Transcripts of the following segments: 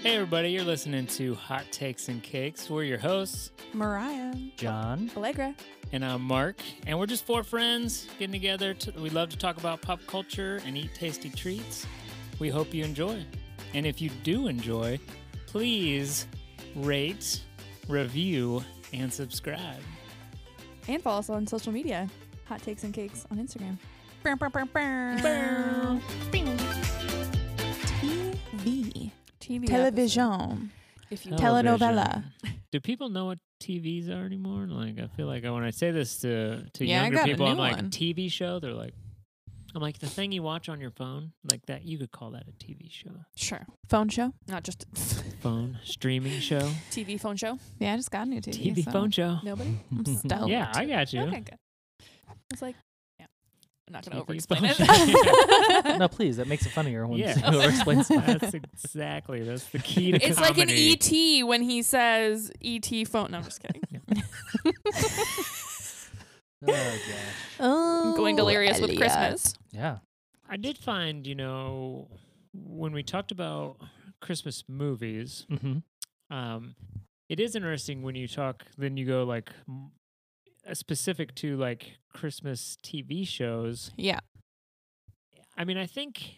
Hey, everybody, you're listening to Hot Takes and Cakes. We're your hosts, Mariah. John. Allegra. and I'm Mark, and we're just four friends getting together. To, we love to talk about pop culture and eat tasty treats. We hope you enjoy. And if you do enjoy, please rate, review, and subscribe. And follow us on social media. Hot Takes and Cakes on Instagram. TV. TV. Television. If you Television. Telenovela. Do people know what TVs are anymore? Like, I feel like when I say this to, to Yeah, I younger got a people, I'm new like, one. TV show? They're like, I'm like, the thing you watch on your phone, like that, you could call that a TV show. Sure. Phone show. Not just Phone streaming show? TV phone show. Yeah, I just got a new TV. TV so phone show. Nobody? I'm stoked. Yeah, I got you. Okay, good. It's like, yeah. I'm not going to over TV explain phone it. show. No, please. That makes it funnier when Yeah. whoever explains it. that's exactly that's the key to It's like an e- comedy. ET when he says ET phone. No, I'm just kidding. Oh, gosh. Oh, I'm going delirious with Elliot. Christmas. Yeah. I did find, you know, when we talked about Christmas movies, Mm-hmm. um, it is interesting when you talk. Then you go like m- uh, specific to like Christmas TV shows. Yeah. I mean, I think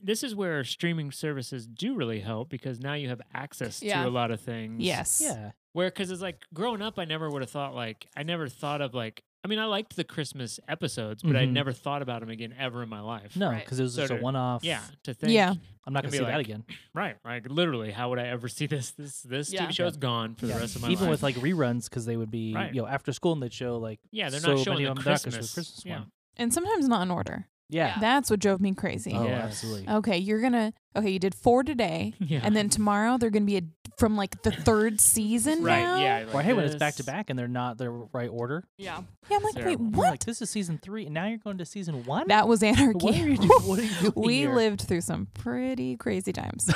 this is where streaming services do really help because now you have access Yeah. to a lot of things. Yes. Yeah. where because it's like growing up i never would have thought like i never thought of like i mean i liked the christmas episodes but i Mhm. never thought about them again ever in my life No, Right. because it was So just a do- one-off. yeah to think Yeah. I'm not It'd gonna be see that like- again. right like literally how would i ever see this this this Yeah. tv show's gone for Yeah. the rest of my Even life with like reruns, because they would be Right. you know after school and they'd show like yeah they're so not showing many the of them christmas, Christmas yeah. one. And sometimes not in order. Yeah. That's what drove me crazy. Oh, Yes. absolutely. Okay, you're gonna. Okay, you did four today, yeah and then tomorrow they're gonna be a, from like the third season. right now? yeah Or like hey, when it's back to this. back and they're not the right order. Yeah. Yeah, I'm like, Terrible. wait, I'm what? Like this is season three, and now you're going to season one. that was anarchy. what are you doing? What are you doing we here? lived through some pretty crazy times.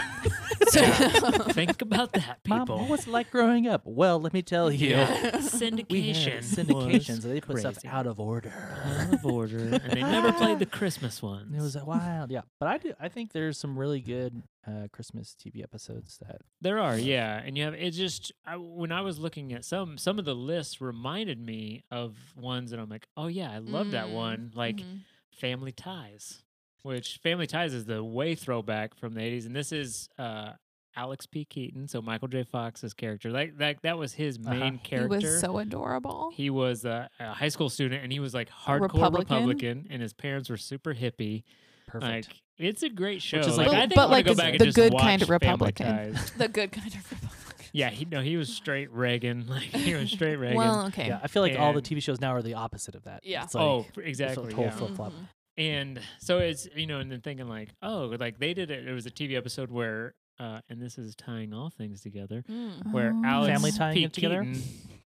Yeah. think about that Mom, people what was it like growing up? Well, let me tell you. syndication We had was syndications. They put stuff crazy. out of order. out of order and they never played the christmas ones It was a wild, yeah. But I do. I think there's some really good uh, Christmas TV episodes that. There are, yeah, and you have it's just I, when I was looking at some some of the lists reminded me of ones that I'm like, oh yeah, I love that Mm-hmm. Mm, one, like Mhm. Family Ties, which Family Ties is the way throwback from the 80s, and this is uh, Alex P. Keaton, so Michael J. Fox's character, like that that was his Uh-huh. main he character. was so adorable. He was a, a high school student, and he was like hardcore Republican, Republican? and his parents were super hippie. Perfect. Like it's a great show. is like, like- I think But, I'm gonna like, go it's back and the just good kind watch of Family Republican. Ties. The good kind of Republican. Yeah, he no, he was straight Reagan. Like he was straight Reagan. Well, okay. yeah, I feel like all the and- TV shows now are the opposite of that. Yeah. It's like, oh, f- it's a exactly. total yeah. flip flop. Mhm. And so it's you know, and then thinking like, oh, like they did it. It was a TV episode where, uh, and this is tying all things together, Mm. where Oh. Alex Family tying P. it together? Keaton,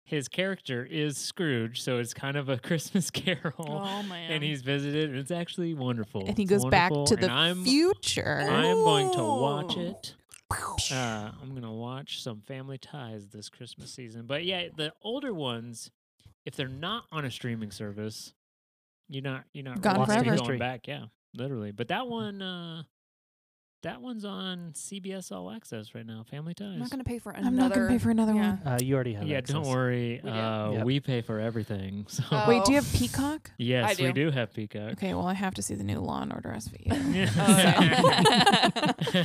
his character is Scrooge, so it's kind of a Christmas Carol, Oh, man. and he's visited, and it's actually wonderful. and he It's goes back wonderful, to the and I'm, future. I'm going to watch Ooh. it. Uh, I'm gonna watch some Family Ties this Christmas season. But yeah, the older ones, if they're not on a streaming service, you're not you're not Gone really forever. Mm-hmm. going History. back. Yeah, literally. But that one, uh, that one's on CBS All Access right now. Family I'm Ties. not going to pay for another. I'm not gonna pay for another Yeah. one. Uh, you already have. yeah, access. don't worry. We do. uh, Yep. We pay for everything. So Oh. Wait, do you have Peacock? yes, we do. do have Peacock. Okay, well I have to see the new Law and Order SVU. Oh,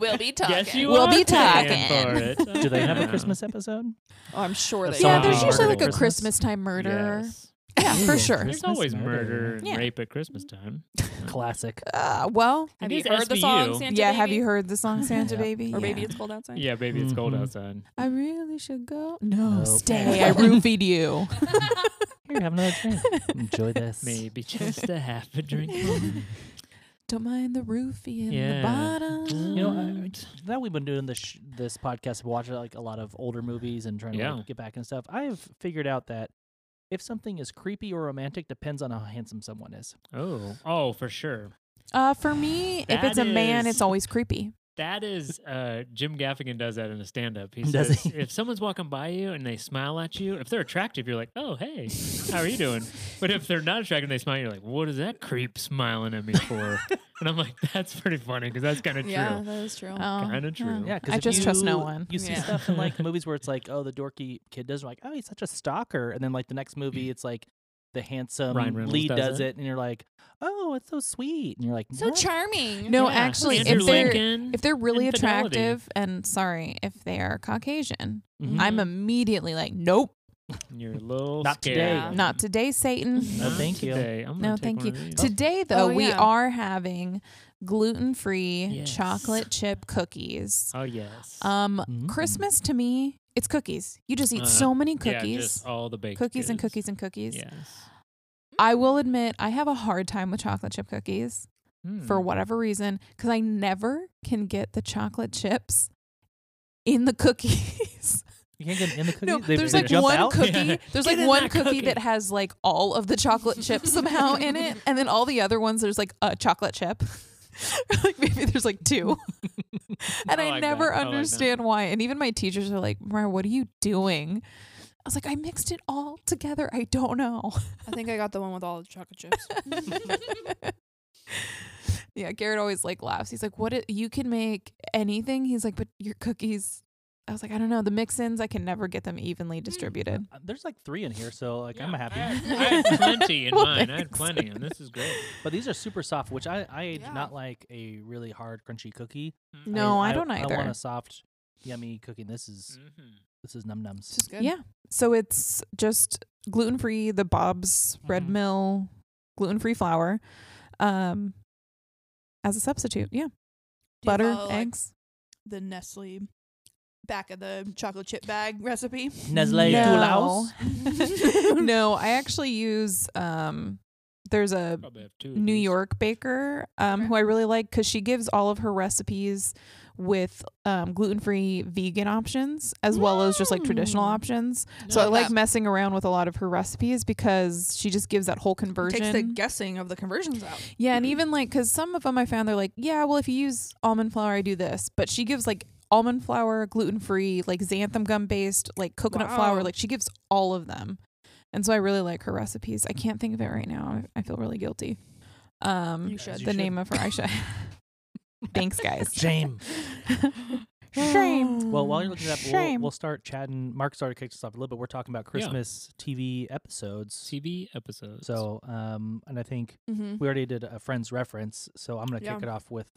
We'll be talking. Yes, you We'll are be paying talking. for it. Do they have a Yeah. Christmas episode? Oh, I'm sure That's they yeah, Something are. there's about usually murder. like a Christmas? Christmas time murder. Yes. Yeah, for Ooh, sure. There's Christmas always murder. murder and Yeah. rape at Christmas time. Classic. Uh, well, Have It you is heard the song SVU. Santa yeah. Baby? Have you heard the song Santa Yeah. Baby? Or Yeah. Baby It's Cold Outside? Yeah, baby, it's cold Mhm. outside. I really should go. No, Nope. stay. I roofied you. Here, have another drink. Enjoy this. Maybe just a half a drink. more. Don't mind the roofie in Yeah. the bottom. You know, I- Now we've been doing this sh- this podcast, watching like a lot of older movies and trying to Yeah. like, get back and stuff. I have figured out that if something is creepy or romantic, depends on how handsome someone is. oh, oh, for sure. Uh, for me, if That it's a man, is- it's always creepy. That is, uh, Jim Gaffigan does that in a stand up. He Does says, he? if someone's walking by you and they smile at you, if they're attractive, you're like, oh, hey, how are you doing? But if they're not attractive and they smile, you're like, what is that creep smiling at me for? and I'm like, that's pretty funny because that's kind of Yeah, true. that is true. Oh, Kinda true. Yeah, 'cause I if just trust no you- one. You see Yeah. stuff in like movies where it's like, oh, the dorky kid does it, like, oh, he's such a stalker, and then like the next movie, it's like the handsome Mm. Ryan Reynolds Lee does does, it. it. and you're like, oh, it's so sweet, and you're like, So what? charming. No, Yeah. actually, Andrew if they're Lincoln, if they're really Infidelity. attractive, and sorry, if they are Caucasian, Mm-hmm. Mhm. I'm immediately like, nope, you're a little Not scared. today. Yeah. not today, Satan. No, Not oh, thank you. today. I'm gonna No, take thank one you. of these. Today, though, Oh, we yeah. are having gluten free Yes. chocolate chip cookies. oh yes. Um, Mm. Mm-hmm. Christmas to me, it's cookies. You just eat Uh, so many Yeah, cookies, just oh all the baked cookies and goods. cookies and cookies. Yes. I will admit, I have a hard time with chocolate chip cookies for Hmm. whatever reason because I never can get the chocolate chips in the cookies. you can't get in the cookie. no, they, there's they like jump one out? Mm. cookie. Yeah. There's Get like in one that cookie, cookie. that has like all of the chocolate chips somehow in it, and then all the other ones there's like a chocolate chip. like maybe there's like two, and I I, like never that. I like that. understand why. And even my teachers are like, "Mariah, what are you doing?" I was like, "I mixed it all together. I don't know." I think I got the one with all the chocolate chips. yeah, Garrett always like laughs. He's like, "What? i- you can make anything." He's like, "But your cookies." I was like, "I don't know. The mix-ins, I can never get them Mm. evenly distributed." Uh, There's like three in here, so like I'm Yeah, happy. I had, I had plenty in Well, mine. I had thanks. plenty, and this is great. But these are super soft, which I I do Yeah. not like a really hard crunchy cookie. Mm-hmm. No, I don't I either. Mm. want a soft, yummy cookie. and This is Mm-hmm. this is num nums. This is good. Yeah. So it's just gluten free, the Bob's Red Mhm. Mm-hmm. Mill gluten free flour um, as a substitute. Yeah. Do you Butter, follow, like, eggs. the Nestle back of the chocolate chip bag recipe. Nestle No. Toulouse. no, I actually use, um, there's a Probably have two. of New these. York baker um, Mm-hmm. Okay. who I really like because she gives all of her recipes with um, gluten free vegan options as well as just like traditional Mm. options. so I like like that. messing around with a lot of her recipes because she just gives that whole conversion. Takes the guessing of the conversions out. Yeah, and even like because some of them I found they're like, yeah, well, if you use almond flour, I do this, but she gives like almond flour, gluten free, like xanthan gum based, like coconut flour, Wow. like she gives all of them, and so I really like her recipes. I can't think of it right now. I, I feel really guilty. Um, You should. the you should. name of her, I should. Thanks, guys. Shame. Shame. Well, while you're looking at that, we'll, Shame. we'll start chatting. Mark's already kicked us off a little bit. We're talking about Yeah. Christmas TV episodes. CB episodes. So, um, and I think Mm-hmm. we already did a friend's reference. So I'm going to Yeah. kick it off with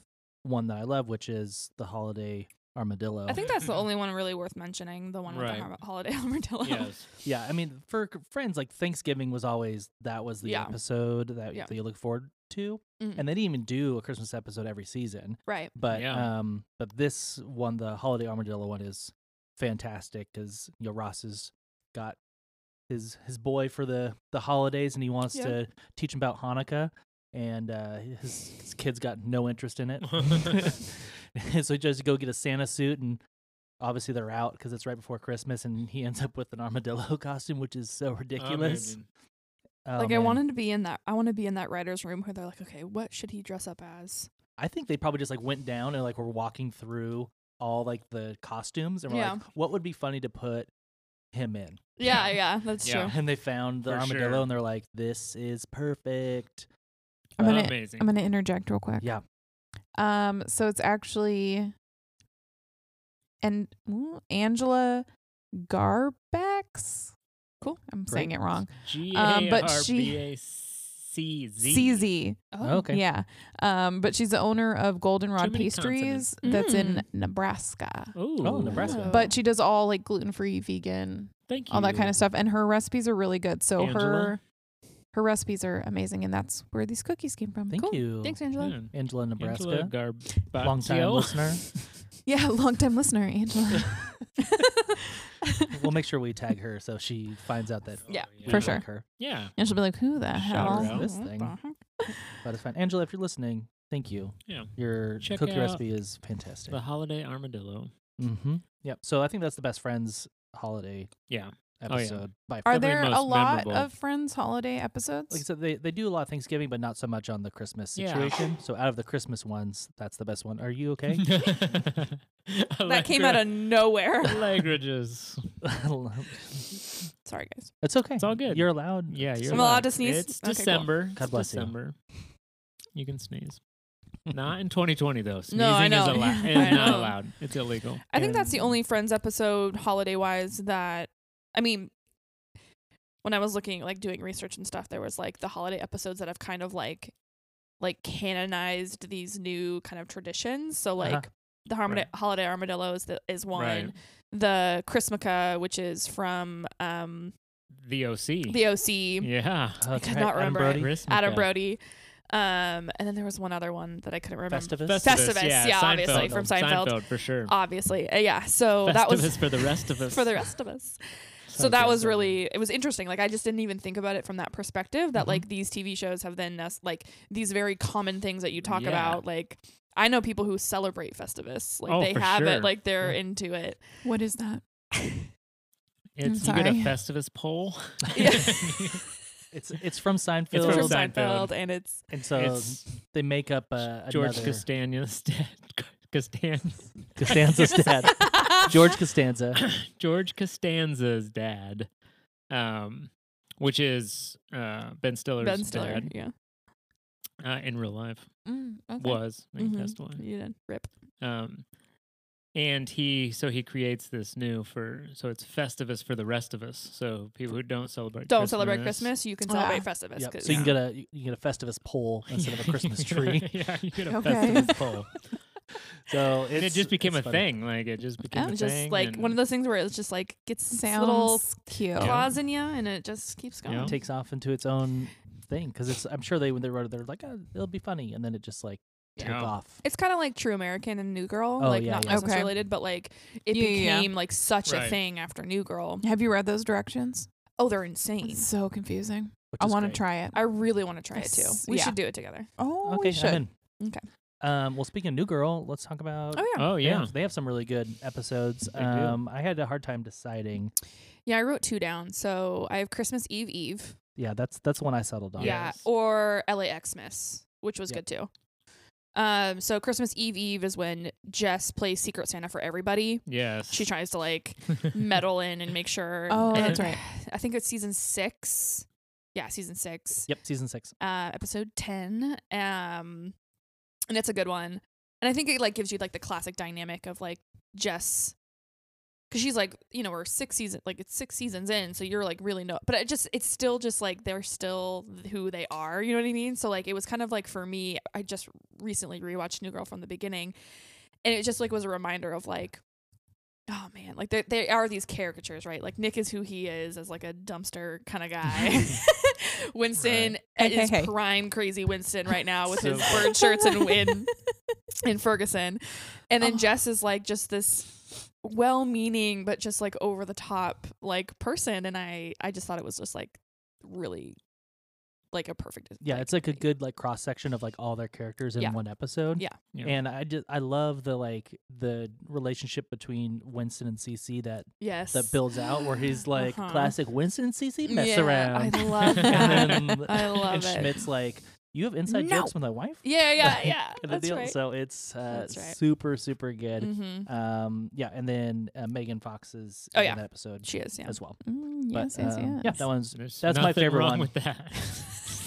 one that I love, which is the holiday armadillo. I think that's the only one really worth mentioning. The one with Right. the har- holiday armadillo. yes, yeah, I mean, for c- friends, like Thanksgiving was always that was the Yeah. episode that, Yeah. that you look forward to, Mhm. and they didn't even do a Christmas episode every season. Right. But Yeah. um, but this one, the holiday armadillo one, is fantastic because you know, Ross has got his his boy for the the holidays, and he wants Yeah. to teach him about Hanukkah, and uh, his, his kid's got no interest in it, so he just go get a Santa suit, and obviously they're out because it's right before Christmas, and he ends up with an armadillo costume, which is so ridiculous. Amazing. Oh, like I man. wanted to be in that. I want to be in that writer's room where they're like, okay, what should he dress up as? I think they probably just like went down and like were walking through all like the costumes and were like, Yeah. what would be funny to put him in? Yeah, yeah, that's Yeah. true. And they found the For armadillo sure. and they're like, this is perfect. I'm gonna Amazing. I'm gonna interject real quick. Yeah. Um, so it's actually and ooh, Angela Garbax. Cool. I'm saying it wrong. G Um, A but R B she- A C Z. CZ. Oh, Okay. Yeah. Um, but she's the owner of Too Goldenrod many Pastries consonants. that's in Mm. Nebraska. Ooh. Oh, Nebraska. Oh. But she does all like gluten free, vegan, Thank you. all that kind of stuff. And her recipes are really good. So Angela? her her recipes are amazing and that's where these cookies came from. Thank Cool. you. Thanks, Angela. Yeah. Angela, Nebraska. Angela Long time Garbacio. listener. Yeah, long time listener, Angela. We'll make sure we tag her so she finds out that Yeah, Oh, we for like sure. her. Yeah. And she'll be like, who the Shout her hell? out. Oh, This thing. Mm-hmm. But it's fine. Angela, if you're listening, thank you. Yeah. Your Check cookie out recipe is fantastic. The holiday armadillo. Mm-hmm. Yep. So I think that's the best friends holiday Yeah. Oh, yeah. episode by Are far. Probably there a most lot memorable. of Friends holiday episodes? Like I said, they, they do a lot of Thanksgiving, but not so much on the Christmas Yeah. situation. So out of the Christmas ones, that's the best one. Are you okay? That came out of nowhere. languages. Sorry, guys. it's okay. It's all good. You're allowed. Yeah, you're I'm allowed right. to sneeze? It's Okay, cool. December. God It's bless you. December. You. can sneeze. Not in 2020 though. Sneezing I is, know. allowed. I is not know. allowed. It's illegal. I think that's the And- only Friends episode holiday wise that I mean when I was looking like doing research and stuff there was like the holiday episodes that have kind of like like canonized these new kind of traditions so Uh-huh. like the Harmad- Right. holiday armadillo is, the, is one Right. the Chrismica which is from um The OC. the OC yeah. Oh, that's could right, not Adam remember it. Brody. Christmas. Adam Brody um and then there was one other one that I couldn't remember Festivus. Festivus, yeah, obviously, from Seinfeld. for sure. obviously Uh, yeah so that Festivus was for the rest of us. for the rest of us so Sounds that good, was doesn't it? really it was interesting like i just didn't even think about it from that perspective that Mhm. like these tv shows have then nes- like these very common things that you talk Yeah. about like i know people who celebrate festivus like Oh, they for have sure. it like they're Yeah. into it what is that? It's I'm you get a sorry. Festivus pole. Yeah. It's it's from Seinfeld, It's it's from from Seinfeld. seinfeld and it's and so it's they make up uh, George another Costanza's dad. Costanza. Costanza's dad. George Costanza. George Costanza's dad, um, which is uh, Ben Stiller's ben stiller dad yeah uh, in real life. Mm, okay. Was I think he Mhm. passed away. you did rip Um, and he so he creates this new for so it's Festivus for the rest of us. So people who don't celebrate don't Christmas, celebrate christmas you can Ah. celebrate festivus Yep. 'cause- So you can get a you can get a Festivus pole instead of a Christmas tree. yeah, you get a Okay. Festivus pole. So And it it's- just became it's a funny. thing. Like it just became Oh. a it's just thing. like one of and- those things where it's just like gets this Sounds little cute. Yeah. claws in you and it just keeps going Yeah. takes off into its own thing because it's i'm sure they when they wrote it they're like oh, it'll be funny and then it just like took Yeah. off It's kind of like True American and New Girl, Oh, like yeah, not yeah. Christmas Okay. related, but like it Yeah, yeah, yeah. became like such Right. a thing after New Girl. Have you read those directions? Oh, they're insane! It's so confusing. which I is want to great. try it. I really want to try it too. Yes, We yeah. should do it together. Oh, okay we should. I'm in. Okay. um well speaking of new girl let's talk about Oh yeah, Oh they have- yeah. they have some really good episodes They do. um i had a hard time deciding yeah. I wrote two down, so I have Christmas Eve Eve, yeah that's that's one i settled on yeah, Yes. or LA Xmas, which was Oh, Yep. good too. Um, so Christmas Eve Eve is when Jess plays Secret Santa for everybody. Yes. She tries to like meddle in and make sure. Oh, and that's right. I think it's season six. Yeah, season six. yep season six uh, episode 10 um and it's a good one and i think it like gives you like the classic dynamic of like jess because she's like you know we're six seasons like it's six seasons in so you're like really no but it just it's still just like they're still who they are you know what i mean so like it was kind of like for me i just recently rewatched new girl from the beginning and it just like was a reminder of like oh man like there, there are these caricatures right like nick is who he is as like a dumpster kind of guy winston Right. Hey, is hey, hey. prime crazy winston right now with So his good. bird shirts and win in ferguson and then Oh. jess is like just this well-meaning but just like over the top like person and i i just thought it was just like really like a perfect yeah it's like a good like cross section of like all their characters in Yeah. one episode Yeah. Yeah. and i just i love the like the relationship between winston and cc that yes that builds out where he's like Uh-huh. classic Winston and CC mess Yeah, around. i love that and then Uh, I love and it. Schmidt's like, You have inside No. jokes with my wife? yeah yeah Like, yeah kinda that's deal. right So it's uh, That's right. super, super good. mm-hmm. Um, yeah, and then uh, Megan Fox is Oh, in yeah. that episode she is yeah as well. Mm, But, yes, yes, um, yes. Yeah, that one's There's That's my nothing favorite wrong one. with that.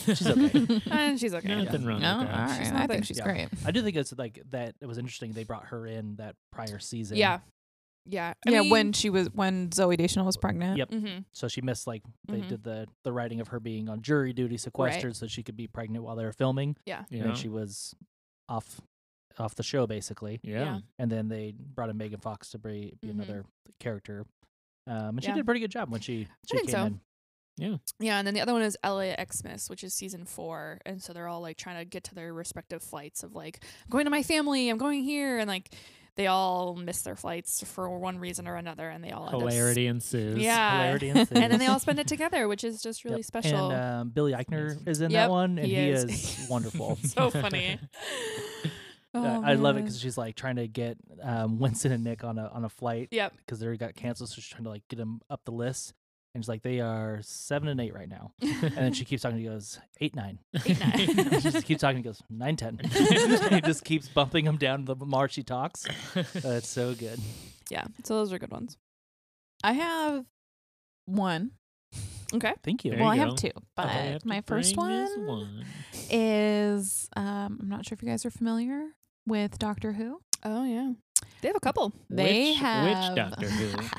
she's okay. and she's okay Nothing wrong Oh, No, Oh, all with that. right. She's I nothing. think she's Yeah. great. I do think it's like that it was interesting they brought her in that prior season. yeah yeah I yeah, mean- when she was when Zoe Deschanel was pregnant. Yep. Mhm. So she missed like they Mhm. did the the writing of her being on jury duty sequestered so she could be pregnant while they were filming. yeah And Yeah. then she was off off the show basically. yeah. and then they brought in Megan Fox to be, be Mhm. another character, um, and she Yeah. did a pretty good job when she she think came so. in. yeah and then the other one is LA Xmas which is season 4 and so they're all like trying to get to their respective flights of like I'm going to my family I'm going here and like they all miss their flights for one reason or another and they all end up s- Hilarity ensues. Yeah. Hilarity ensues. and then they all spend it together which is just really Yep. special And um, Billy Eichner is in Yep, that one, and he he, is. is. wonderful. so funny Uh, Oh, I love it man. because she's like trying to get um, Winston and Nick on a on a flight yep because they got canceled, so she's trying to like get them up the list. And she's like, they are seven and eight right now. And then she keeps talking. He goes eight nine. nine. She just keeps talking. He goes nine ten. he just keeps bumping him down the more she talks. That's so good. Yeah. So those are good ones. I have one. Okay. Thank you. There well, you I go. have two, but I have to my first bring one, this one. is um, I'm not sure if you guys are familiar with Doctor Who. Oh yeah. They have a couple. They Which- which have Doctor Who?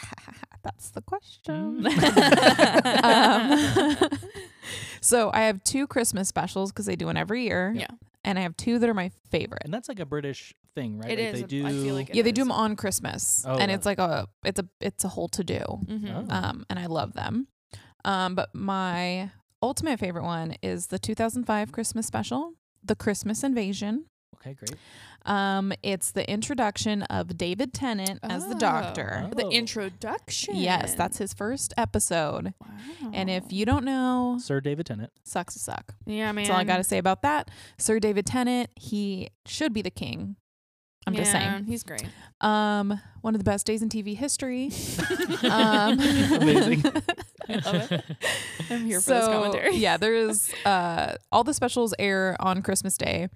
That's the question. Mm. um, so I have two Christmas specials because they do one every year. Yeah. and I have two that are my favorite. And that's like a British thing, right? It like is, They do. I feel like it- yeah, they do is. them on Christmas, Oh, and wow. it's like a it's a it's a whole to do. Mm-hmm. Oh. um, and I love them. Um, but my ultimate favorite one is the 2005 Christmas special, The Christmas Invasion. okay, great. Um, it's the introduction of David Tennant as the Oh. Doctor. The Oh. introduction. Yes, that's his first episode. Wow. And if you don't know, Sir David Tennant. sucks to suck. yeah, man, That's all I got to say about that. Sir David Tennant, he should be the king. I'm just Yeah, saying. he's great. Um, one of the best days in TV history. um, Amazing. I love it. I'm here for so, this commentary. yeah, there is uh all the specials air on Christmas Day.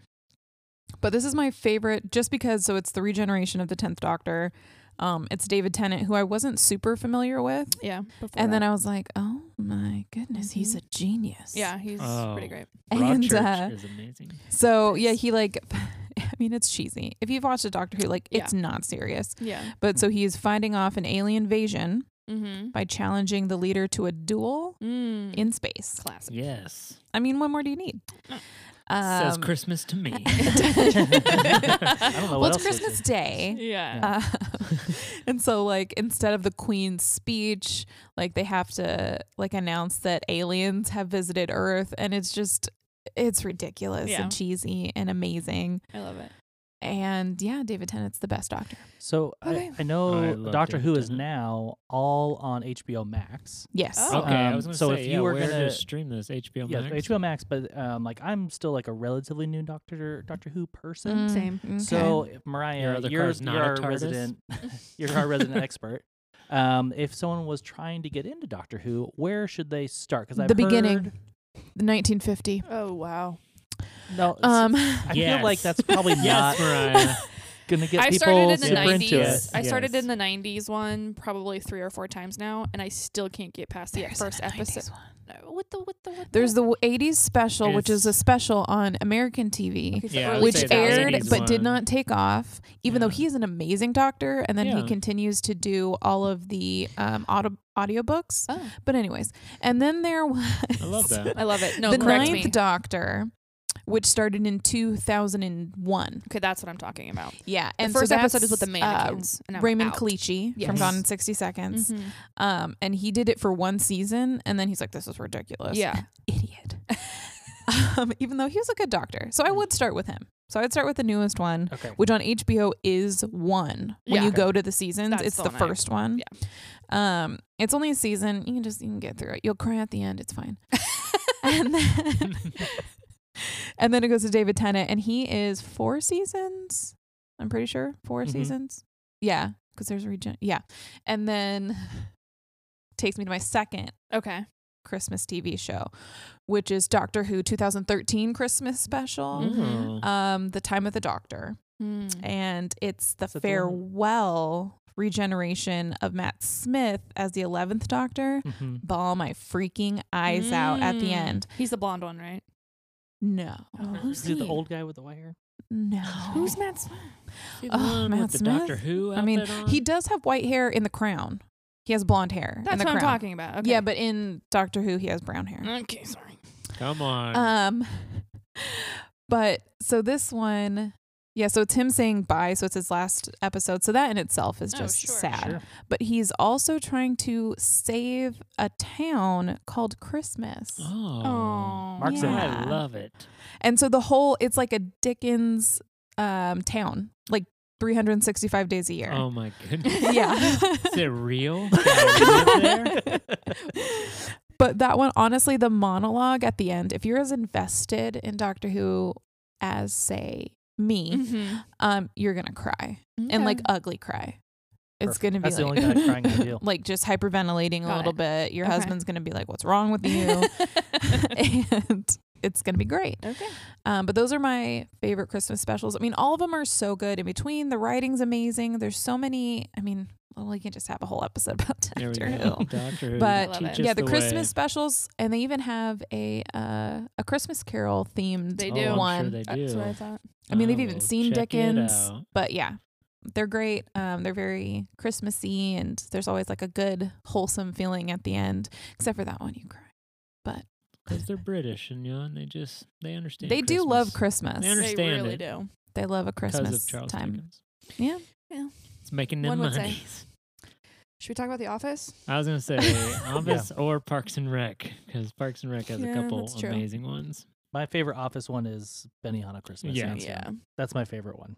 But this is my favorite just because so it's the regeneration of the 10th Doctor. Um it's David Tennant who I wasn't super familiar with. yeah. And then I was like, "Oh my goodness, he's Mhm. a genius." yeah, he's Oh. pretty great. And Broadchurch uh, is amazing. so yeah, he like I mean, it's cheesy. If you've watched a Doctor Who, like Yeah. it's not serious. Yeah. But so he's fighting off an alien invasion Mm-hmm. by challenging the leader to a duel Mm. in space. classic. Yes. I mean, what more do you need? Says Um, Christmas to me. I don't know well, what it's else to Christmas say. Day. Yeah. Uh, and so like instead of the queen's speech like they have to like announce that aliens have visited earth and it's just it's ridiculous Yeah. and cheesy and amazing I love it. and yeah david tennant's the best doctor So Okay. I, I know I love Doctor David Who is Tennant. now all on HBO Max. yes Oh. okay, I was Um, gonna so say, if yeah, you were where gonna- to stream this HBO Yeah, Max. HBO Max. But um, like I'm still like a relatively new Doctor Doctor Who person. Same. Mm. okay. So if Mariah, Your other you're, car's not you're a our TARDIS? resident. you're our resident expert. Um, if someone was trying to get into Doctor Who, where should they start? Because the I've beginning heard- 1950 Oh wow. No, um um, I feel like Yes. that's probably Yes, not Mariah. gonna get I people started in the super into it. nineties. I started Yes. in the nineties one probably three or four times now, and I still can't get past the There's first a 90s episode. one. No, What the what the what there's the 80s special which is a It's- special on american tv Okay, so Yeah, I early would which say 2000s. that's aired 80s but did one. not take off even though Yeah. he's an amazing doctor and then Yeah. he continues to do all of the um audio audiobooks Oh, but anyways and then there was I love that. I love it. No, the correct ninth me. doctor which started in 2001 okay, that's what I'm talking about. yeah The and first so episode that's, is with the uh, mannequins. and I'm Raymond out. Calici Yes. from Gone in 60 Seconds. Mhm. Um, and he did it for one season and then he's like, this is ridiculous. Yeah. Idiot. um, even though he was a good doctor. So I would start with him. So I'd start with the newest one. Okay. which on HBO is one. When Yeah. you go to the seasons, That's it's the the one I- first one. Yeah. Um, it's only a season. You can just you can get through it. You'll cry at the end. It's fine. and then and then it goes to David Tennant, and he is four seasons. I'm pretty sure 4 Mhm. Mm-hmm. seasons. Yeah, because there's regen. Yeah, and then takes me to my second Okay. Christmas TV show, which is Doctor Who 2013 Christmas special. Mm-hmm. Uh-huh. Ooh. Um, the time of the Doctor Mm. and it's the Is that the one- farewell regeneration of Matt Smith as the 11th Doctor. Mm-hmm. Mhm. Ball my freaking eyes out at the Mm. end. He's the blonde one, right? No. who's Is it the he? old guy with the white hair? No. Who's Matt Smith? See the Oh, one Matt with the Smith? Doctor Who. I mean, outfit on? he does have white hair in the crown. He has blonde hair. in That's the what I'm crown. talking about. Okay. Yeah, but in Doctor Who, he has brown hair. Okay, sorry. Come on. Um, but so this one, yeah, so it's him saying bye. So it's his last episode. So that in itself is Oh, just sure, sad. Sure. But he's also trying to save a town called Christmas. oh, Mark's in I yeah. love it. And so the whole, it's like a Dickens um, town, like 365 days a year. Oh my goodness. Yeah. Is it real? Can I live there? but that one, honestly, the monologue at the end, if you're as invested in Doctor Who as, say, me, Mm-hmm. um, you're going to cry. and like ugly cry. It's going to be That's the like, only guy crying in the deal. like just hyperventilating Got a little it. bit. Your Okay. husband's going to be like, "What's wrong with you?" and it's going to be great. okay. Um, but those are my favorite Christmas specials. I mean, all of them are so good. In between, the writing's amazing. There's so many. I mean, well, we can just have a whole episode about There we Doctor go. Who. Doctor Who. But, I love it. teaches Just yeah, the, way. Christmas specials, and they even have a uh, a Christmas Carol themed They Oh, do. I'm sure one. they That's do. what I thought. I mean, they've even Oh, seen check it Dickens, out. but yeah, they're great. Um, they're very Christmassy, and there's always like a good wholesome feeling at the end, except for that one you cry. 'Cause they're British and you know, and they just they understand. they do love Christmas Christmas. They under- they understand really it. do. They love a because Christmas of Charles time. Dickens. Yeah. Yeah. it's making One them would say. money. Should we talk about The Office? I was gonna say Office or Parks and Rec because Parks and Rec has Yeah, a couple that's true. amazing ones. My favorite office one is Benihana Christmas. Yeah. hands down. That's my favorite one.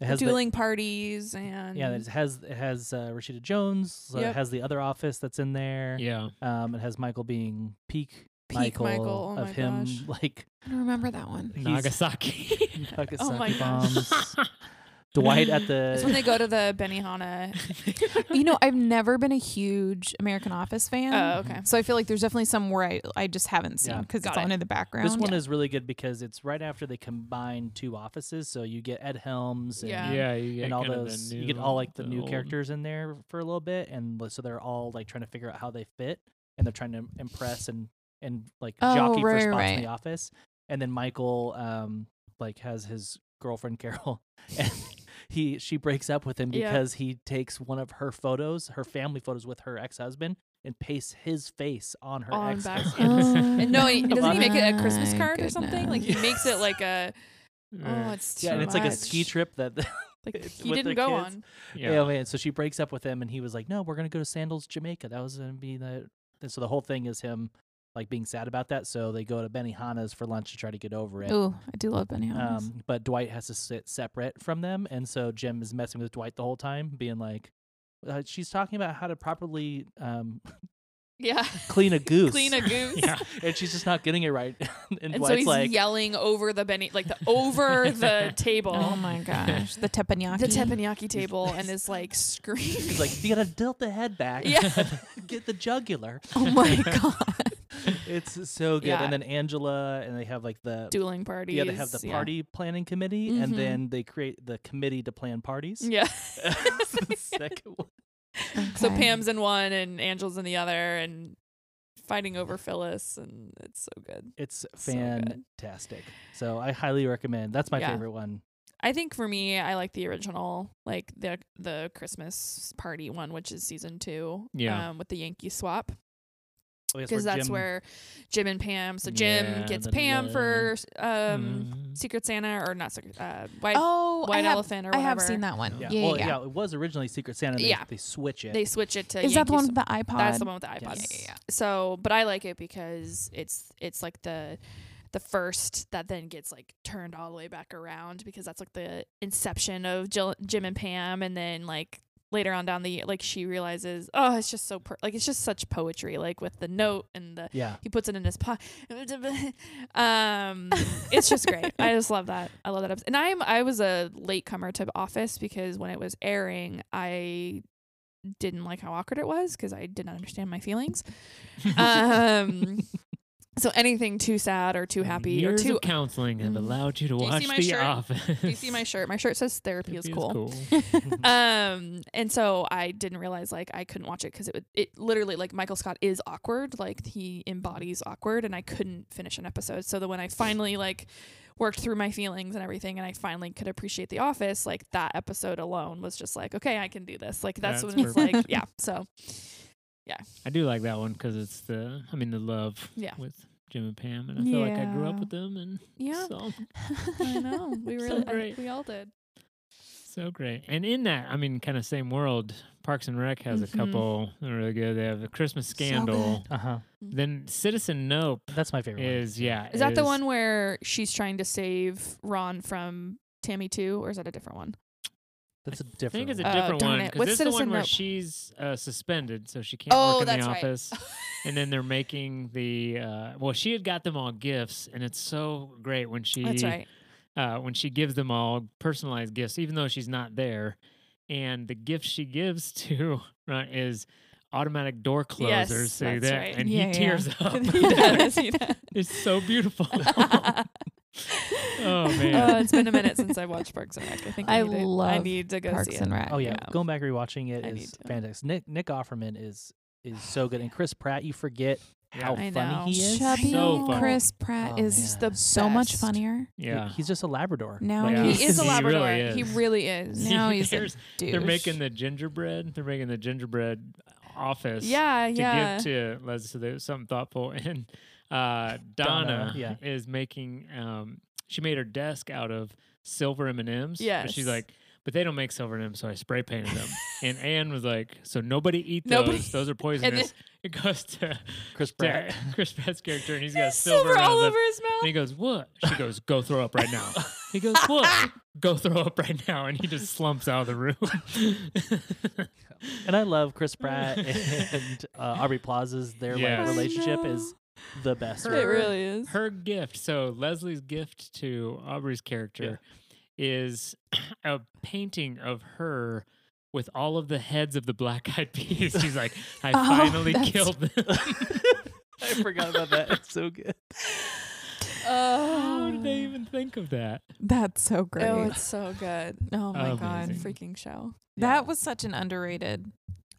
It has the, Dueling parties and yeah, it has it has uh, Rashida Jones. So Yep. It has the other office that's in there. Yeah, Um, it has Michael being peak, Peak Michael, Michael, oh of my him gosh. like I don't remember that one. He's- Nagasaki. Nagasaki Oh my um, gosh. bombs. Dwight at It's when the they go to the Benihana. you know, I've never been a huge American Office fan. Oh, okay. so I feel like there's definitely some where I, I just haven't seen Yeah. because Got it's on it. in the background. this one is really good because it's right after they combine two offices, so you get Ed Helms and Yeah. yeah, you get and all kinda the those you get new- all like the, new old- characters in there for a little bit and li- so they're all like trying to figure out how they fit and they're trying to impress and and like Oh, jockey for right, spots in right. the office and then michael um like has his girlfriend carol and he she breaks up with him Yeah. because he takes one of her photos her family photos with her ex-husband and pastes his face on her On back- ex-husband Oh, And no, he, doesn't he make it a Christmas my card or something? Like he goodness. makes it like a Yeah. oh, it's too yeah and it's like a much. ski trip that Like It's he with didn't their go kids. on. yeah. Yeah, man. So she breaks up with him, and he was like, "No, we're gonna go to Sandals, Jamaica. That was gonna be the." And so the whole thing is him like being sad about that. So they go to Benihana's for lunch to try to get over it. Ooh, I do love Benny Hanna's. Um, but Dwight has to sit separate from them, and so Jim is messing with Dwight the whole time, being like, uh, "She's talking about how to properly um, Yeah. clean a goose, Clean a goose. Yeah. and she's just not getting it right." And and, Dwight's so he's like, yelling over the Benny like the over the table. Oh my gosh, the teppanyaki. the teppanyaki table and is like screaming. "He's like, you gotta tilt the head back, Yeah. get the jugular." Oh my god. It's so good. Yeah. And then Angela, and they have like the dueling parties. Yeah, they have the yeah. Mm-hmm. party planning committee, Mhm. and then they create the committee to plan parties. Yeah. That's the second one. So Okay. Pam's in one and Angel's in the other and fighting over Phyllis and it's so good. It's So good. fantastic. So, I highly recommend. That's my Yeah. favorite one. I think for me, I like the original, like the the Christmas party one, which is season two. Yeah. Um, with the Yankee swap. Oh, yes, Because that's Jim- where Jim and Pam. So Jim Yeah, gets the Pam for um Mm-hmm. Mm. Secret Santa or not Secret uh White Oh, I White have, Elephant or I whatever. have seen that one. Yeah. Yeah, yeah. well, yeah. it was originally Secret Santa. They, Yeah. they switch it. They switch it to Is that the Yankee one Swap. with the iPod? That's the one with the iPod. Yes. Yeah, yeah, yeah. So, but I like it because it's it's like the the first that then gets like turned all the way back around because that's like the inception of Jill, Jim and Pam, and then like later on down the like she realizes oh it's just so per- like it's just such poetry like with the note and the yeah. he puts it in his pocket. um, it's just great. I just love that. I love that episode. And I'm I was a latecomer to Office because when it was airing, I didn't like how awkward it was because I did not understand my feelings. Um, so anything too sad or too happy Years or too. of counseling have Mm. allowed you to you see watch my The shirt? Office. do you see my shirt? My shirt says therapy is cool. Um, and so I didn't realize like I couldn't watch it because it would it literally like Michael Scott is awkward, like he embodies awkward, and I couldn't finish an episode. So that when I finally like worked through my feelings and everything, and I finally could appreciate The Office, like that episode alone was just like, okay, I can do this. Like that's, That's when it's perfect. like, yeah. So I do like that one because it's the, I mean, the love Yeah. with Jim and Pam, and I feel like I grew up Yeah. with them, and yeah, so I know we So really I think great. we all did. so great. And in that, I mean, kind of same world. Parks and Rec has Mhm. a couple that are really good. They have the Christmas Scandal. Uh huh. then Citizen Nope That's my favorite one. is yeah. Is that the one where she's trying to save Ron from Tammy too, or is that a different one? That's a I different think it's a one. Oh, different Uh, darn one it. 'cause What's this is the one Citizen where Nope? she's uh, suspended, so she can't Oh, work in the that's right. office. and then they're making the uh, well, she had got them all gifts, and it's so great when she That's right. uh, when she gives them all personalized gifts, even though she's not there. and the gift she gives to Ron is automatic door Yes, closers. so that's that, right. and Yeah, he yeah. tears up. Yes, he does. it's so beautiful. Oh, man. Uh, it's been a minute since I've watched Parks and Rec. I think I, I need to- I love need to go Parks see and it. Rec. Oh yeah, Yeah. going back rewatching it I need is to. fantastic. Nick Nick Offerman is is so good, and Chris Pratt. You forget how I funny know. he is. Chubby So funny. Chris Pratt Oh, is man. just the so much best. funnier. yeah. He's just a Labrador. Now Yeah. he's He is a He Labrador. really Labrador. He is. really is. Now he's a There's- douche. They're making the gingerbread. They're making the gingerbread office. Yeah, to yeah. give to Leslie. So there's something thoughtful. And uh, Donna, Donna, yeah. is making. Um, she made her desk out of silver M and M's. But she's Yes. like, but they don't make silver M M's, so I spray painted them. and Anne was like, so nobody eat those. Nobody- Those are poisonous. it goes to, Chris Pratt. to Chris Pratt's character, and he's got There's silver, silver around all the- over his And mouth. he goes, what? She goes, go throw up right now. He goes, what? go throw up right now. And he just slumps out of the room. And I love Chris Pratt and uh, Aubrey Plaza's their Yes. like I relationship know. is the best. Her- It really is. her gift so leslie's gift to aubrey's character is a painting of her with all of the heads of the black eyed peas she's like i Oh, finally that's- killed them I forgot about that. It's so good. how Oh, did they even think of that That's so great. oh, it's so good. Oh my Amazing. god. Freak- Freaking show. Yeah. That was such an underrated.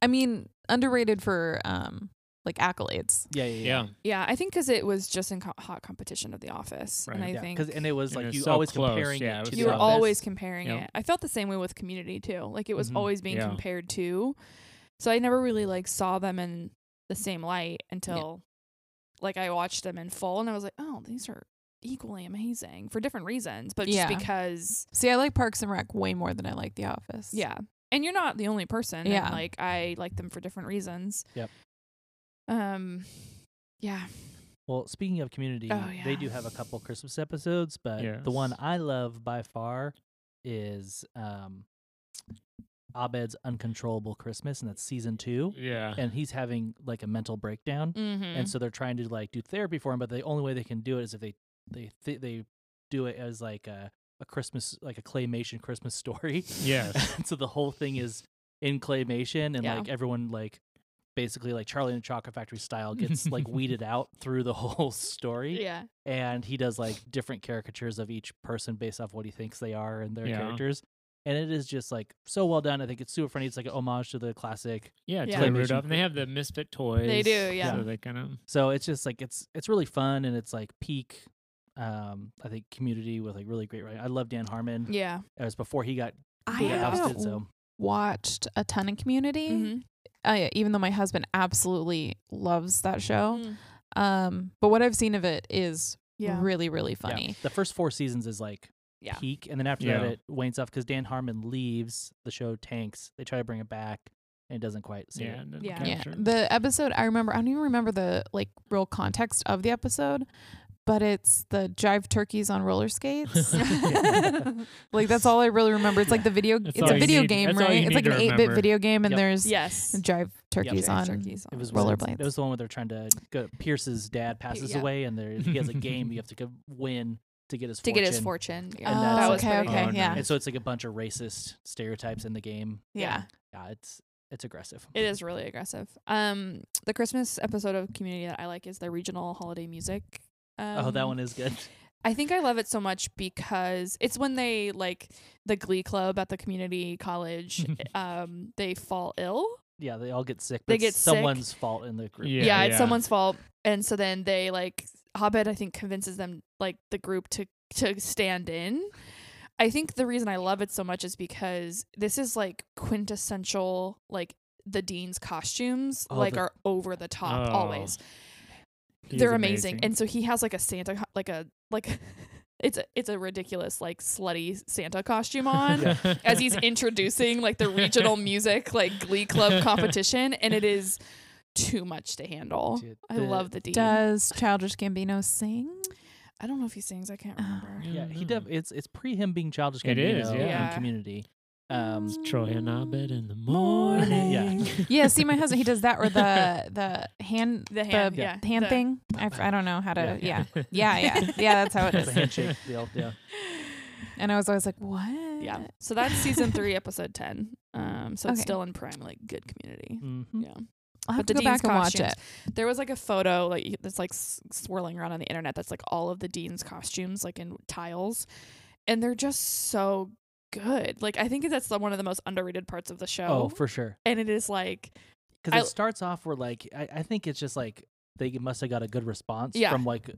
I mean, underrated for um like accolades. Yeah, yeah, yeah. yeah Yeah, I think because it was just in co- hot competition of The Office, and Right. I Yeah, think 'cause- and it was And like it's you so always close, comparing yeah, it it was so to The you were Office. always comparing Yep. Mm-hmm. it. I felt the same way with Community too. Like it was Mhm. always being Yeah. compared to. So I never really like saw them in the same light until like I watched them in full and I was like, "Oh, these are equally amazing for different reasons, but just Yeah. because See, I like Parks and Rec way more than I like The Office. yeah. And you're not the only person. Yeah. And, like I like them for different reasons. Yep. Um yeah. Well, speaking of community, Oh, they yeah. do have a couple Christmas episodes, but the one Yes. I love by far is um Abed's Uncontrollable Christmas, and that's season two. yeah And he's having like a mental breakdown. Mm-hmm. and so they're trying to like do therapy for him but the only way they can do it is if they they th- they do it as like a, a christmas like a claymation christmas story yes so the whole thing is in claymation and Yeah. like everyone like basically like charlie and the chocolate factory style gets like weeded out through the whole story yeah. and he does like different caricatures of each person based off what he thinks they are and their Yeah. characters and it is just like so well done i think it's super funny it's like an homage to the classic yeah, Yeah. Toy Claymation. Rudolph. and they have the misfit toys do, yeah. so they kind of So it's just like it's it's really fun and it's like peak um I think community with like really great writing. I love Dan Harmon. Yeah. It was before he got I Yeah. haven't ousted, so watched a ton of Community, Mhm. I- even though my husband absolutely loves that show. Mm-hmm. Um, but what I've seen of it is Yeah. really, really yeah. funny. The first four seasons is like Yeah. peak and then after that Yeah. it wanes off because Dan Harmon leaves, the show tanks, they try to bring it back and it doesn't quite see yeah, it. and Yeah. Yeah. capture. The episode I remember, I don't even remember the like real context of the episode, but it's the jive turkeys on roller skates. like that's all I really remember. It's like the video. That's it's all a you video need- game, that's all you right? need It's like to an eight-bit remember. video game, and Yep. there's Yes. jive turkeys Jive on. turkeys on It was Roller one- rollerblades. It was the one where they're trying to go Pierce's dad passes yeah. away and there he has a game you have to go win to get his to fortune. get his fortune. Yeah. And Oh, that's that was like- okay, pretty okay, Oh, yeah, nice. And so it's like a bunch of racist stereotypes in the game. yeah. Yeah, it's it's aggressive. It is really aggressive. Um, the Christmas episode of Community that I like is the regional holiday music. Um, oh, that one is good. I think I love it so much because it's when they like the Glee Club at the community college. um, they fall ill. Yeah, they all get sick. But They it's get sick. someone's fault in the group. Yeah. Yeah, it's someone's fault, and so then they like Hobbit. I think convinces them like the group to to stand in. I think the reason I love it so much is because this is like quintessential like the dean's costumes Oh, like the- are over the top Oh. always. He's they're amazing. and so he has like a santa co- like a like it's a it's a ridiculous like slutty santa costume on as he's introducing like the regional music like glee club competition and it is too much to handle Dude, i love the dean Does Childish Gambino sing? i don't know if he sings i can't Oh. remember Yeah, he does. def- it's it's pre him being childish. It Gambino is, in yeah. Community. Um, Troy and Abed in the morning. Morning. Yeah. Yeah, see, my husband he does that or the the hand The hand, yeah. hand The- thing. I, f- I don't know how to Yeah. yeah. yeah yeah yeah that's how it the is. handshake deal. Yeah. And I was always like, what? yeah so that's season three episode 10 um Um, so it's Okay. still in prime like good community. Mhm. Yeah. I'll have to But the go back dean's and watch it. costumes. There was like a photo like y- that's like s- swirling around on the internet that's like all of the dean's costumes like in tiles, and they're just so good. Like I think that's the- one of the most underrated parts of the show. Oh, for sure. and it is like Because I- it starts off where like I, I think it's just like they must have got a good response Yeah. from like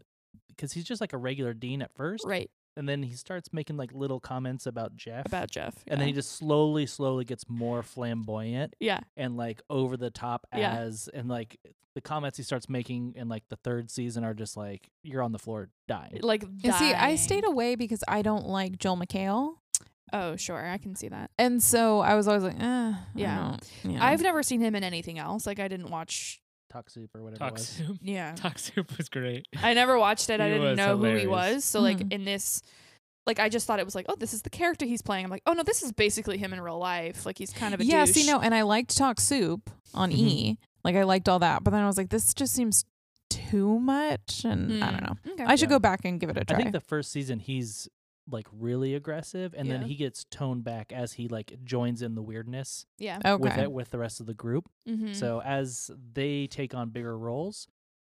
because he's just like a regular dean at first, right and then he starts making like little comments about Jeff, about Jeff. and then yeah. he just slowly, slowly gets more flamboyant yeah, and like over the top Yeah. as and like the comments he starts making in like the third season are just like you're on the floor dying. like And see, I dying. stayed away because I don't like Joel McHale. Oh, sure, I can see that. And so I was always like, eh, I Yeah. don't, you know. I've never seen him in anything else. Like I didn't watch. Talk soup or whatever. it Talk was. soup. Yeah, Talk soup was great. I never watched it. I He didn't was know who he hilarious. was. So like Mhm. in this, like I just thought it was like, oh, this is the character he's playing. I'm like, oh no, this is basically him in real life. Like he's kind of a yeah, Douche. Mm-hmm. see, no, and I liked Talk Soup on Mhm. E. Like I liked all that, but then I was like, this just seems too much, and I don't know. Okay. I should Yeah. go back and give it a I try. think the first season he's like really aggressive, and then Yeah. he gets toned back as he like joins in the weirdness yeah. with okay, it with the rest of the group. Mm-hmm. So as they take on bigger roles,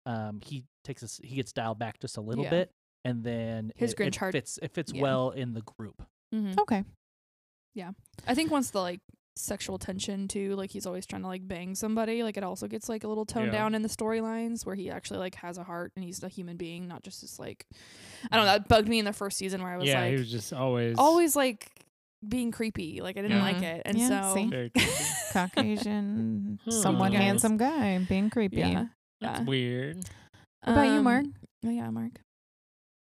um, he takes us he gets dialed back just a little Yeah. bit, and then His it, Grinch it heart- fits it fits yeah. well in the group. okay, Mm-hmm. I think once the like sexual tension too, like he's always trying to like bang somebody, like it also gets like a little toned Yeah. down in the storylines where he actually like has a heart and he's a human being, not just this like I don't know. That bugged me in the first season where I was yeah, like he was just always always like being creepy. Like I didn't Yeah. like it, and Yeah, so see? very creepy. Caucasian, Hmm. somewhat Guys. handsome guy being creepy. yeah. That's Yeah. weird. What about you, Um, Mark? Oh yeah, Mark.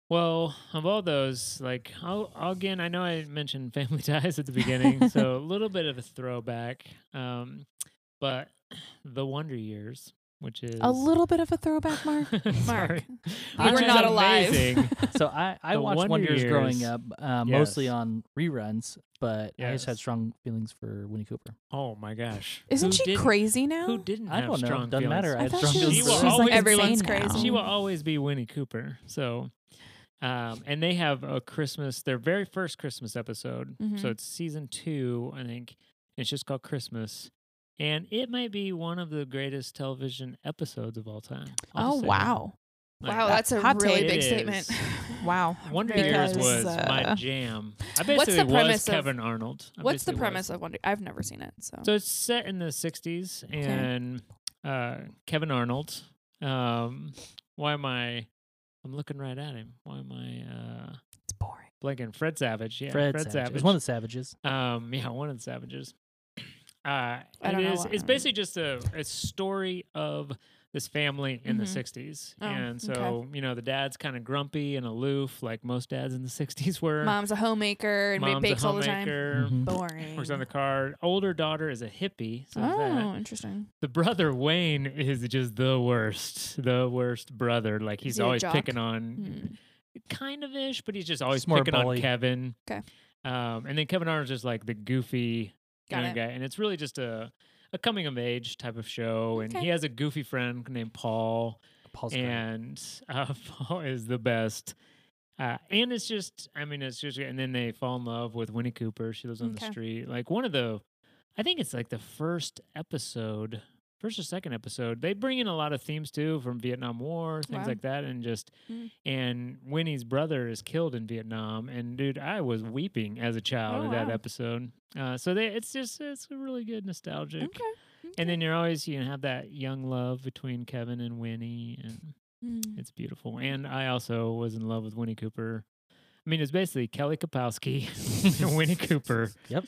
Well, of all those, like I'll, I'll- again, I know I mentioned Family Ties at the beginning, so a little bit of a throwback. Um, but The Wonder Years, which is A little bit of a throwback, Mark. Sorry. We Which were is not alive. amazing. So I I The watched Wonder Wonder, Years, growing Years. up uh, mostly Yes. on reruns, but I just had Yes. strong feelings for Winnie Cooper. oh my gosh, Isn't Who she didn't- crazy now? Who didn't? I have don't know. Strong Doesn't feelings? matter. I I had thought strong she feelings was, She she for will her. was like always- Everyone's insane now. crazy. She will always be Winnie Cooper. So, um, and they have a Christmas, their very first Christmas episode. So Mm-hmm. Mhm. it's season two, I think. It's just called Christmas. And it might be one of the greatest television episodes of all time. I'll Oh just say that. wow, Like, wow, that's a hot really take. big It statement. wow. Wonder Because, Years was my uh, jam. I what's basically the was premise of- Kevin Arnold. I What's the basically was. premise of Wonder? I've never seen it, so, So it's set in the '60s, and uh, Kevin Arnold. Um, why am I? I'm looking right at him. Why am I uh, it's boring. blanking? Fred Savage. Yeah, Fred, Savage. It was one of the Savages. um, yeah, one of the Savages. Uh, I it don't know is. what- It's basically just a, a story of this family in the Mhm. 60s, Oh, and so okay. you know the dad's kind of grumpy and aloof, like most dads in the 60s were. mom's a homemaker and Mom's bakes a all the time. homemaker. Mhm. Boring. Works on the car. Older daughter is a hippie. So there's that. oh, interesting. the brother Wayne is just the worst, the worst brother. Like Is he's he a always jock? picking on, Mm. kind of ish, but he's just always Smart picking on bully. Kevin. 'Kay. Um, and then Kevin Arnold's just like the goofy Got kind it. of guy, and it's really just a a coming of age type of show. And Okay. he has a goofy friend named Paul, Paul's great. and uh, Paul is the best. Uh, and it's just, I mean, it's just, and then they fall in love with Winnie Cooper. She lives on Okay. the street. Like one of the, I think it's like the first episode, first or second episode. They bring in a lot of themes too from Vietnam War, things Wow. like that, and just, Mm. and Winnie's brother is killed in Vietnam. And dude, I was weeping as a child Oh, in that wow. episode. Uh, so they, it's just, it's really good, nostalgic. Okay. And then you're always, you know, have that young love between Kevin and Winnie and. Mm. It's beautiful. And I also was in love with Winnie Cooper. I mean, it's basically Kelly Kapowski and Winnie Cooper. Yep.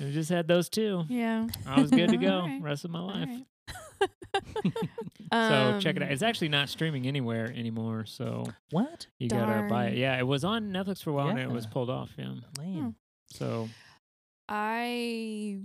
And I just had those two. yeah. I was good to go Alright. rest of my life. Alright. So check it out. Um, It's actually not streaming anywhere anymore. So What? you gotta buy Darn. it. Yeah, it was on Netflix for a while and it was Yeah. pulled off. Yeah. Lame. So I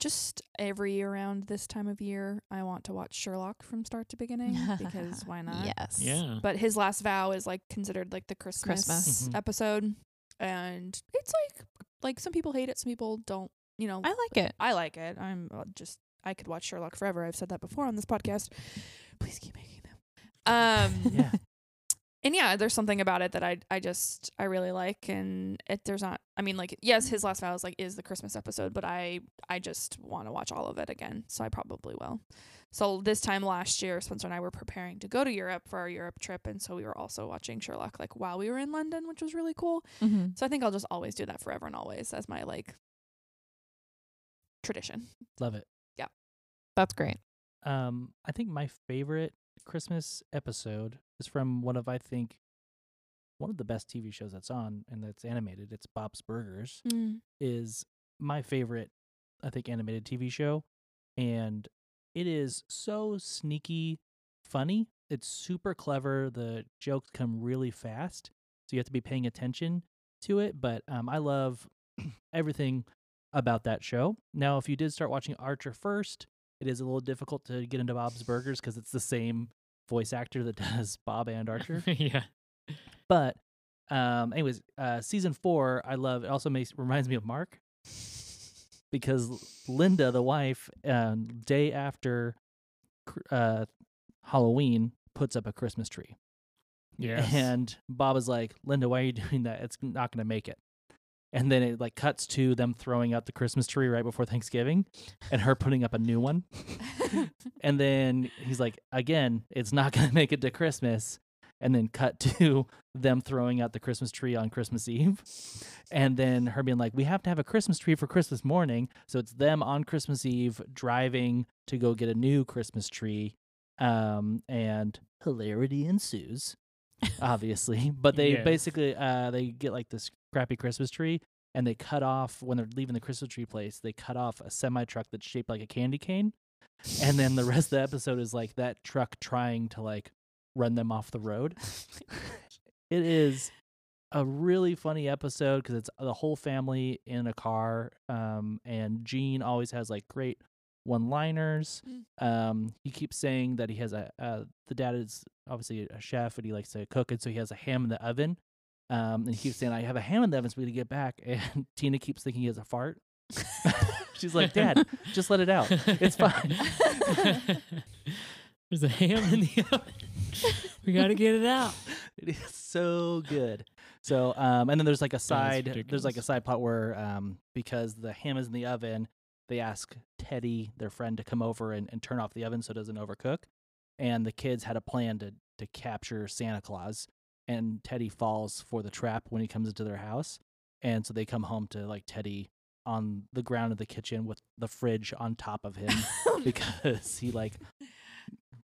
just every year around this time of year, I want to watch Sherlock from start to beginning because why not? Yes. yeah. But his last vow is like considered like the Christmas, Christmas. Mhm. episode, and it's like like some people hate it, some people don't. You know, I like it. I like it. I'm uh, just I could watch Sherlock forever. I've said that before on this podcast. Please keep making them. Um, Yeah. and yeah, there's something about it that I I just I really like, and it there's not. I mean, like yes, his last vows like is the Christmas episode, but I I just want to watch all of it again, so I probably will. So this time last year, Spencer and I were preparing to go to Europe for our Europe trip, and so we were also watching Sherlock like while we were in London, which was really cool. Mm-hmm. So I think I'll just always do that forever and always as my like tradition. Love it. That's great. Um, I think my favorite Christmas episode is from one of I think one of the best TV shows that's on and that's animated. It's Bob's Burgers. is my favorite, I think, animated TV show. And it is so sneaky funny. It's super clever. The jokes come really fast. So you have to be paying attention to it. But um, I love everything about that show. Now, if you did start watching Archer first, it is a little difficult to get into Bob's Burgers because it's the same voice actor that does Bob and Archer. yeah. But um, anyways, uh, season four, I love. It also makes reminds me of Mark because Linda, the wife, um, day after cr- uh, Halloween, puts up a Christmas tree, Yes. and Bob is like, "Linda, why are you doing that? It's not going to make it." And then it like cuts to them throwing out the Christmas tree right before Thanksgiving, and her putting up a new one. And then he's like, again, it's not going to make it to Christmas. And then cut to them throwing out the Christmas tree on Christmas Eve. And then her being like, we have to have a Christmas tree for Christmas morning. So it's them on Christmas Eve driving to go get a new Christmas tree. Um, and hilarity ensues, obviously. But they Yes. basically uh, they get like this crappy Christmas tree and they cut off when they're leaving the Christmas tree place, they cut off a semi truck that's shaped like a candy cane and then the rest of the episode is like that truck trying to like run them off the road. it is a really funny episode because it's the whole family in a car, um, and Gene always has like great one-liners. Mm. Um, he keeps saying that he has a uh, the dad is obviously a chef and he likes to cook, and so he has a ham in the oven. Um, and he keeps saying, "I have a ham in the oven, so we need to get back." And Tina keeps thinking he has a fart. She's like, "Dad, just let it out." It's fine. There's a ham in the oven. We got to get it out. It is so good. So, um, and then there's like a side, there's like a ridiculous. side plot where, um, because the ham is in the oven, they ask Teddy, their friend, to come over and, and turn off the oven so it doesn't overcook. And the kids had a plan to to capture Santa Claus, and Teddy falls for the trap when he comes into their house, and so they come home to like Teddy on the ground of the kitchen with the fridge on top of him because he like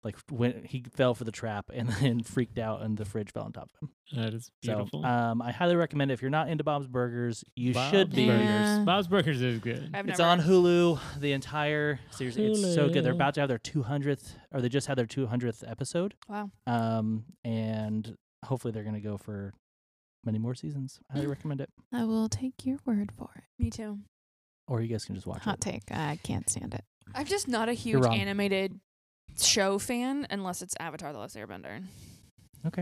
like went he fell for the trap and then freaked out and the fridge fell on top of him. That is So um, I highly recommend it. if you're not into Bob's Burgers, you should Bob's be. Burgers. Yeah. Bob's Burgers is good. I've It's never- on Hulu. The entire series, it's so good. They're Hulu. about to have their 200th, or they just had their 200th episode. Wow. Um, and hopefully they're gonna go for many more seasons. I highly Mm. recommend it. I will take your word for it. Me too. Or you guys can just watch Hot it. take. I can't stand it. I'm just not a huge wrong. animated show fan unless it's Avatar The Last Airbender.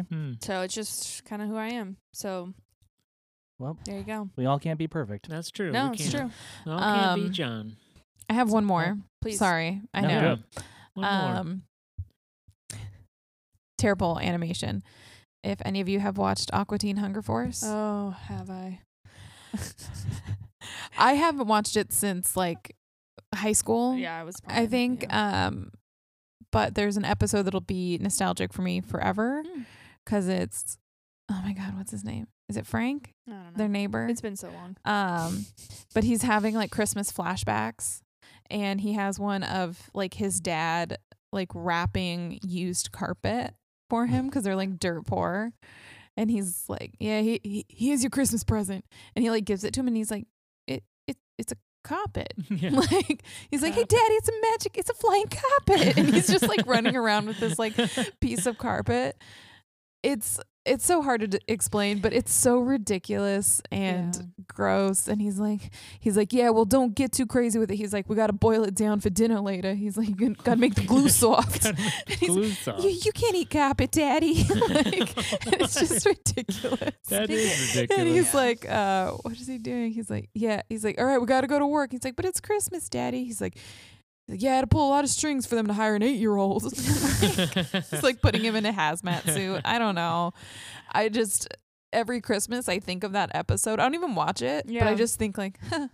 Hmm. So it's just kind of who I am. So Well, there you go. we all can't be perfect. That's true. no, we it's can't. true. We all can't be Um, John. I have one more. Please. Sorry. I No, know. go. Yeah. One more. um terrible animation if any of you have watched aqua teen hunger force Oh, have I? i haven't watched it since like high school Yeah, I uh, was. i probably- think yeah. um but there's an episode that'll be nostalgic for me forever Hmm. because it's oh my god what's his name is it frank I don't know. their neighbor It's been so long. um but he's having like christmas flashbacks and he has one of like his dad like wrapping used carpet for him because they're like dirt poor and he's like yeah he, he here's your christmas present and he like gives it to him and he's like it, it it's a carpet yeah. like he's like hey daddy it's a magic it's a flying carpet and he's just like running around with this like piece of carpet it's it's so hard to d- explain but it's so ridiculous and Yeah. gross and he's like he's like yeah well don't get too crazy with it he's like we gotta boil it down for dinner later he's like "You gotta make the glue soft Gotta make And the he's- glue soft. you, you can't eat carpet daddy like it's just ridiculous That is and ridiculous. he's like, uh, what is he doing? He's like, yeah. He's like, all right, we got to go to work. He's like, but it's Christmas, Daddy. He's like, He's like, yeah, I had to pull a lot of strings for them to hire an eight year old. it's like putting him in a hazmat suit. I don't know. I just every Christmas I think of that episode. I don't even watch it, but Yeah. I just think like, huh,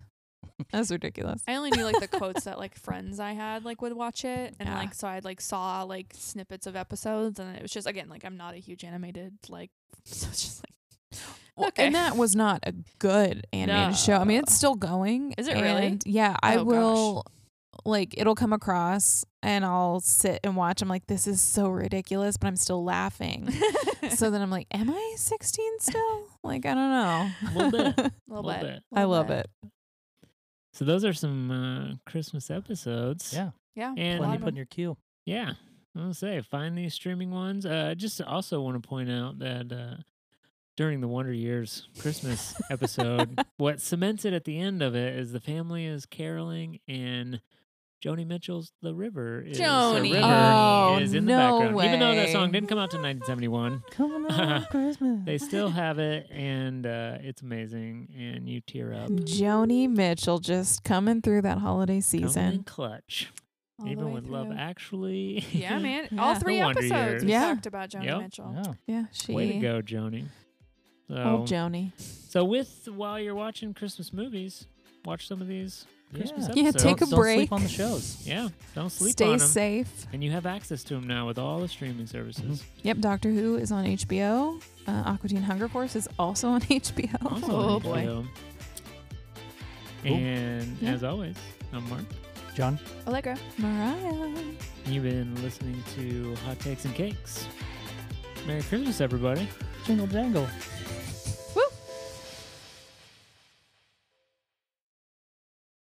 that's ridiculous. I only knew like the quotes that like friends I had like would watch it, and Yeah. like so I like saw like snippets of episodes, and it was just again like I'm not a huge animated like, so it's just like Well, Okay. And that was not a good animated show. I mean, it's No. still going. Is it really? and, Yeah, I Oh, gosh. will. Like it'll come across, and I'll sit and watch. I'm like, this is so ridiculous, but I'm still laughing. so then I'm like, am I 16 still? Like I don't know. Little bit. a little, Little bit. bit. I Little love bit. it. So those are some uh, Christmas episodes. Yeah. Yeah, And- a lot Plenty of put in them. your queue. Yeah, I will say find these streaming ones. Uh, I just also want to point out that uh, during the Wonder Years Christmas episode, what cemented at the end of it is the family is caroling and Joni Mitchell's "The River" is the Joni. river Oh, is in no the background. Even though that way. song didn't come out till 1971, Coming on Christmas. they still have it, and uh, it's amazing. And you tear up. Joni Mitchell just coming through that holiday Coming in season. clutch, All the even way with Love through. Actually. Yeah, man. Yeah. All The three Wonder Years. episodes we Yeah. talked about Joni Yep. Mitchell. Yeah. Yeah, she. Way to go, Joni. Old So- Joni. So with while you're watching Christmas movies, watch some of these Christmas Yeah. episodes. Yeah, take Don't- a don't sleep break. on the shows. Yeah, don't sleep Stay on them. safe. And you have access to them now with all the streaming services. Yep, Doctor Who is on HBO. Uh, Aqua Teen Hunger Force is also on HBO. Also Oh, on boy. HBO. Cool. And Yeah. as always, I'm Mark. John, Allegra. Mariah. You've been listening to Hot Takes and Cakes. Merry Christmas, everybody. jingle jangle.